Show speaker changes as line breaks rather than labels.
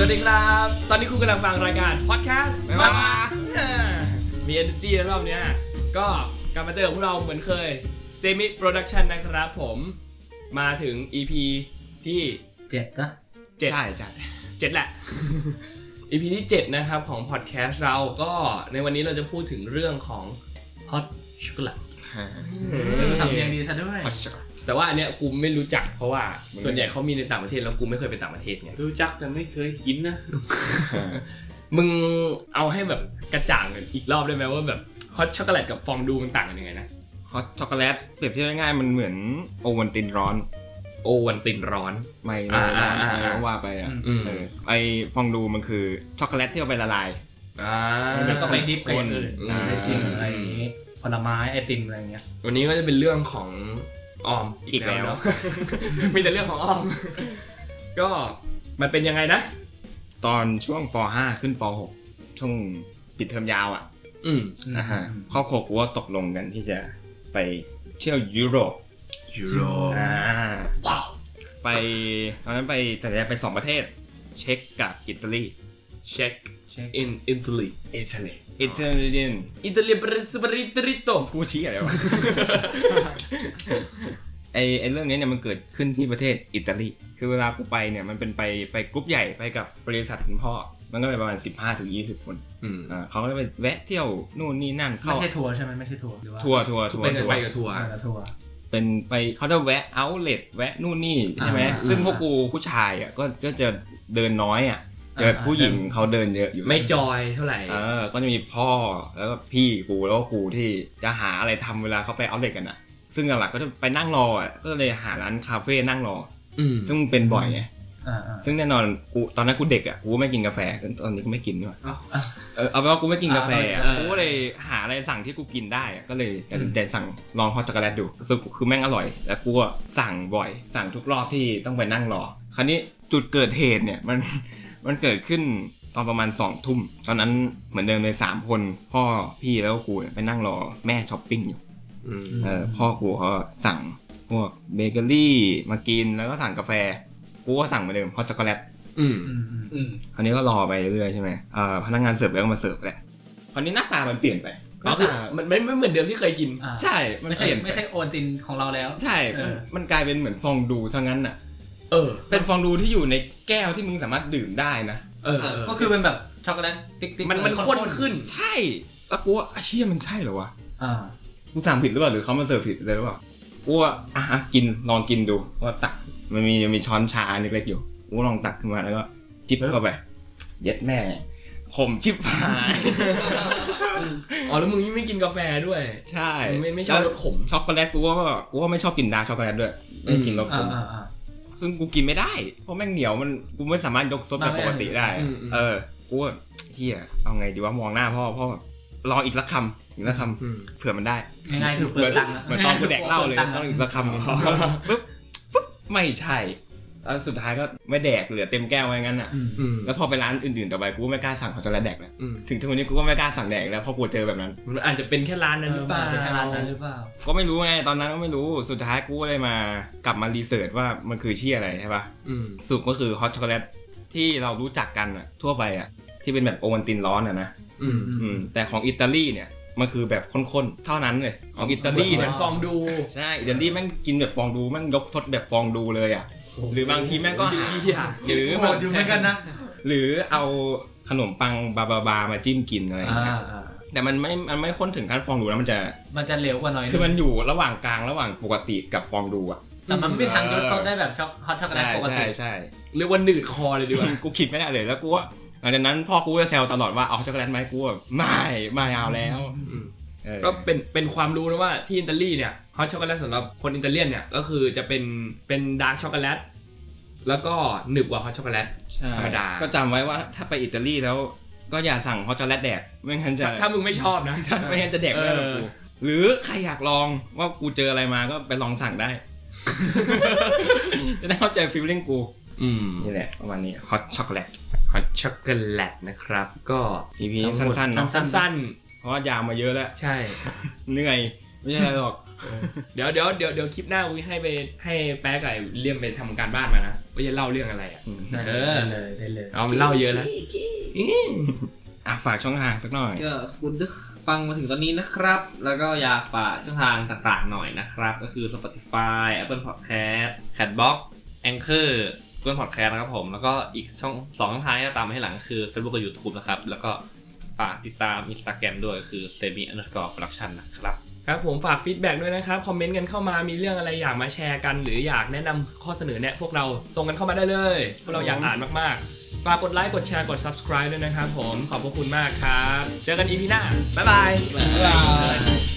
วัสดีครับ ตอนนี้คุณกำลังฟังรายการพอดแคสต์มามี energy แล้วรอบเนี้ยก็กลับมาเจอกับพวกเราเหมือนเคย Semi Production นะครับผมมาถึง EP ที่
เจ็ดนะ
เจ็ด
ใช่ใช่
7 แหละ EP ที่ 7 นะครับของพอดแคสต์เราก็ในวันนี้เราจะพูดถึงเรื่องของฮอตช็อกโกแลต
สำเนียงดีซะด้วย
อ๋อใช่
แต่ว่าอันเนี้ยกูไม่รู้จักเพราะว่า
มัน
ส่วนใหญ่เขามีในต่างประเทศแล้วกูไม่เคยไปต่างประเทศไง
รู้จักแต่ไม่เคยกินนะ
มึงเอาให้แบบกระจ่างอีกรอบได้ไหมว่าแบบฮอตช็อกโกแลตกับฟองดูมันต่างกันยังไงนะ
ฮอตช็อกโกแลตเปรียบเทียบง่ายๆมันเหมือนโอวัลตินร้อน
โอวันตินร้อน
ไม่
อ่า
ไม่
อ่า
ไม่
อ่า
ไม่ว่าไปอ่ะ
อืม
อืม
เออไอฟองดูมันคือช็อกโกแลตที่เอาไปละลาย
อ่า
มัน
แล้ว
จะ
ก็
อง
ไปดิฟกับอย่างอื่น
อืม
ไอติมอะไรอย่างงี้ผลไม้ไอติมอะไรอย่างเงี้ย
วันนี้ก็จะเป็นเรื่องของออมอีกแล้ว
อีกแล้ว
เนอะ มีแต่เรื่องของออม ก็มันเป็นยังไงนะ
ตอนช่วงป .5 ขึ้นป .6 ช่วงปิดเทอมยาวอ่ะ
อืม
นะฮะ
อืม
ครอบครัวกูก็ตกลงกันที่จะไปเที่ยวยุโรป
ยูโร
อ่าไปตอนนั้นไปแต่จะไปสองประเทศ เช็กกับอิตาลี
เช็ค
เช็ค
อินอิตาลี
อิตาลีอิตาลี
อิตาลีบริสบริตริโต
กูชี้อะไรวะ ไอไอเรื่องนี้เนี่ยมันเกิดขึ้นที่ประเทศอิตาลี คือเวลากูไปเนี่ยมันเป็นไปไปกรุ๊ปใหญ่ไปกับบริษัทคุณพ่อ มันก็ไปประมาณ 15-20 คน
อืม
อ่าเขาก็ไปแวะเที่ยวนู่นนี่นั่น
ไม่
เข้า
ใช่ทัวร์ใช่ไหมไม่ใช่ทัวร์หรือว่า
ทัวร์ทัวร์ทัว
เป็
ร์
น
ทัว
ไป
ร์
กับทัวร์
อ่าแล้วทัวร์
เป็นไปเขาจะแวะเอาเลทแวะนู่นนี่ใช่ไหม
อ่า
ซึ่งพวกกูผู้ชายอ่ะก็ก็จะเดินน้อยอ่ะ
อ่า
แต่ผู้หญิงเขาเดินเยอะอยู่
ไม่จอยเท่าไหร่
เออก็จะมีพ่อแล้วก็พี่กูแล้วก็กูที่จะหาอะไรทำเวลาเขาไปเอาเลทกันอ่ะ ซึ่งหลักๆก็จะไปนั่งรออ่ะก็เลยหาร้านคาเฟ่นั่งรอ
อืม
ซึ่งเป็นบ่อยไง
อ่าอ่า
ซึ่งแน่นอนกูตอนนั้นกูเด็กอ่ะกูไม่กินกาแฟตอนนี้กูไม่กินด้วย
เอ้า
เออเอาเป็นว่ากูไม่กินกาแฟอ่ะ
เออ
กูก็เลยหาอะไรสั่งที่กูกินได้อ่ะก็เลยตัดสินใจสั่งลองฮอตช็อกโกแลตดูซึ่งคือแม่งอร่อย แล้วกูก็สั่งบ่อย สั่งทุกรอบที่ต้องไปนั่งรอ คราวนี้จุดเกิดเหตุเนี่ยมัน มันเกิดขึ้นตอนประมาณสองทุ่มตอนนั้นเหมือนเดิมเลยสามคน พ่อพี่แล้วก็กูเนี่ยไปนั่งรอแม่ช้อปปิ้งอยู่
อืม
เออพ่อกูเขาสั่งพวกเบเกอรี่มากินแล้วก็สั่งกาแฟ กูก็สั่งเหมาเดิมฮอตช็อกโกแลต
อืม
อืมอืม
อืม
คราวนี้ก็รอไปเรื่อยๆใช่ไหมเอ่อพนักงานเสิร์ฟแล้วก็มาเสิร์ฟแหละคราวนี้หน้าตามันเปลี่ยนไป
ก็คือ
หน้าตา
มันไม่ไม่เหมือนเดิมที่เคยกิน
อ่า
ใช่น
ไม่ใช่
เปลี่ยนป
ไม่ใช่โอนตินของเราแล้ว
ใช่
เออ
มันมันกลายเป็นเหมือนฟองดูซะงั้นน่ะ
เออ
เป็นฟองดูที่อยู่ในแก้วที่มึงสามารถดื่มได้นะ
เออเออ
ก็คือเป็นแบบช็อกโกแลตติ๊กติ๊ก
มันมันข้นขึ้น
ใช่แล้วกูว่าไอ้เชี่ยมันใช่เหรอวะ
อ่า
กูสั่งผิดหรือเปล่าหรือเขามาเสิร์ฟผิดเลยหรือเปล่ากูว่าอ่ะอ่ะกินลองกินดูว่าตักมันมีมันมีช้อนชาอันเล็กๆอยู่กูลองตักขึ้นมาแล้วก็จิบเข้าไปเย็ดแม่ผมชิบหาย
อ๋อแล้วมึงยังไม่กินกาแฟด้วย
ใช่
ไม่ไม่ชอบรสขม
ช็อกโกแลตกูว่ากูว่าไม่ชอบกินดาร์กช็อกโกแลตด้วยไม่กินรสข
อ่าม อ่าอ่า
ซึ่งกูกินไม่ได้เพราะแม่งเหนียวมันกูไม่สามารถยกซดแบบปกติได้
อืมอืม
เออกูว่าเฮียเอาไงดีว่ามองหน้าพ่อพ่อแบบรออีกละคำอีกละค
อืม
ำเผื่อมันได้
ง่ายๆคือเปลืองตังค์ะ
เหมือนตอนกูแดกเหล้าเลย
ปอง
ต้อง
ค์ะ
อีกละคำหนึ่งปุ๊บปุ๊บไม่ใช่แล้วสุดท้ายก็ไม่แดกเหลือเต็มแก้วไว้งั้นอ่ะ
อืม
แล้วพอไปร้านอื่นๆต่อไปกูก็ไม่กล้าสั่งของจระแดกแล้ว
อืม
ถึงทุกวันนี้กูก็ไม่กล้าสั่งแดกแล้วเพราะกูเจอแบบนั้น
มันอาจจะเป็นแค่ร้านนั้นหรือเปล่า
เป็นขนาดนั้นหรือเปล่า
ก็ไม่รู้ไงตอนนั้นก็ไม่รู้สุดท้ายกูก็เลยมากลับมารีเสิร์ชว่ามันคือชื่ออะไรใช่ปะ
อืม
สรุปก็คือฮอตช็อกโกแลตที่เรารู้จักกันอ่ะทั่วไปอ่ะที่เป็นแบบโอวัลตินร้อนอ่ะนะ
อืม
อืมแต่ของอิตาลีเนี่ยมันคือแบบข้นๆเท่านั้นเลยของอิตาลี
เหมื
เนี่ย
อนฟองดู
ใช่อิตาลีแม่งกินแบบฟองดูแม่งยกสดแบบฟองดูเลยอ่ะ หรือบางทีแม่งก็หา
เหี้ย
หรือ
โหดอยู่เหมือนกันนะ
หรือเอาขนมปังบาบาบามาจิ้มกินอะไรอย่างเงี้ยแต่มันไม่มันไม่ข้นถึงขั้นฟองดูนะมันจะ
มันจะเหลวกว่าหน่อยนึง
คือมันอยู่ระหว่างกลางระหว่างปกติกับฟองดูอ่ะ
แต่มันไม่ทางยศซดได้แบบช็อกฮอตช็อกโกแลตป
ใช่
ก
ใช่
ติ
ใช่
เรียกว่าหนืดคอเลยดีกว่า
กูคิดไม่ได้เลยแล้วกูว่าหลังจากนั้นพ่อกูจะแซวตลอดว่าเอาช็อกโกแลตไหมกูแบบไม่ไม่เอาแล้ว
อืม
เออ
ก็เป็นเป็นความรู้นะว่าที่อิตาลีเนี่ยฮอตช็อกโกแลตสำหรับคนอิตาเลียนเนี่ยก็คือจะเป็นเป็นดาร์กช็อกโกแลตแล้วก็หนึบกว่าฮอตช็อกโกแลต
ใช่
ธรรมดา
ก็จำไว้ว่าถ้าไปอิตาลีแล้วก็อย่าสั่งฮอตช็อกโกแลตแดกไม่งั้นจะ
ถ้าถ้ามึงไม่ชอบนะ
ใช่ไม่งั้นจะแดกไม่ได้หรอก
เออ
กูหรือใครอยากลองว่ากูเจออะไรมาก็ไปลองสั่ง ได้ จะได้เข้าใจฟีลลิ่งกู
อืม
นี่แหละประมาณนี้ฮอตช็อกโกแลต
ฮอตช็อกโกแลตนะครับก็
ทีพีสั้นๆนะ
สั้น
สั้น
เพราะว่ายาวมาเยอะแล้ว
ๆ ใช่
เหนื่อย ไม่ใช่อะไรหรอก
เดี๋ยวเดี๋ยวเดี๋ยวเดี๋ยวคลิปหน้ากูให้ไปให้แป๊กไก่เลี่ยมไปทำการบ้านมานะว่าจะเล่าเรื่องอะไรอ่ะ
ได้
เออ
เลยได้เลย
เอามันเล่าเยอะแล้ว
อ่ะฝากช่องทางสักหน่อย
ก็คุณได้ฟังมาถึงตอนนี้นะครับ แล้วก็อยากฝากช่องทางต่างๆหน่อยนะครับ ก็คือ Spotify Apple Podcast Catbox Anchor Google Podcast นะครับผม แล้วก็อีกช่องสองช่องทางที่จะตามมาให้หลังก็คือ Facebook กับ YouTube นะครับ แล้วก็ฝากติดตาม Instagram ด้วยคือ semi underscore production นะครับ
ครับผมฝากฟีดแบ็กด้วยนะครับ คอมเมนต์กันเข้ามามีเรื่องอะไรอยากมาแชร์กัน หรืออยากแนะนำข้อเสนอแนะพวกเราส่งกันเข้ามาได้เลยพวกเราอยากอ่านมากๆฝากกดไลค์กดแชร์กด subscribe ด้วยนะครับผมขอบพระคุณมากครับ เจอกันอีพีหน้าบ๊ายบาย
บ๊ายบาย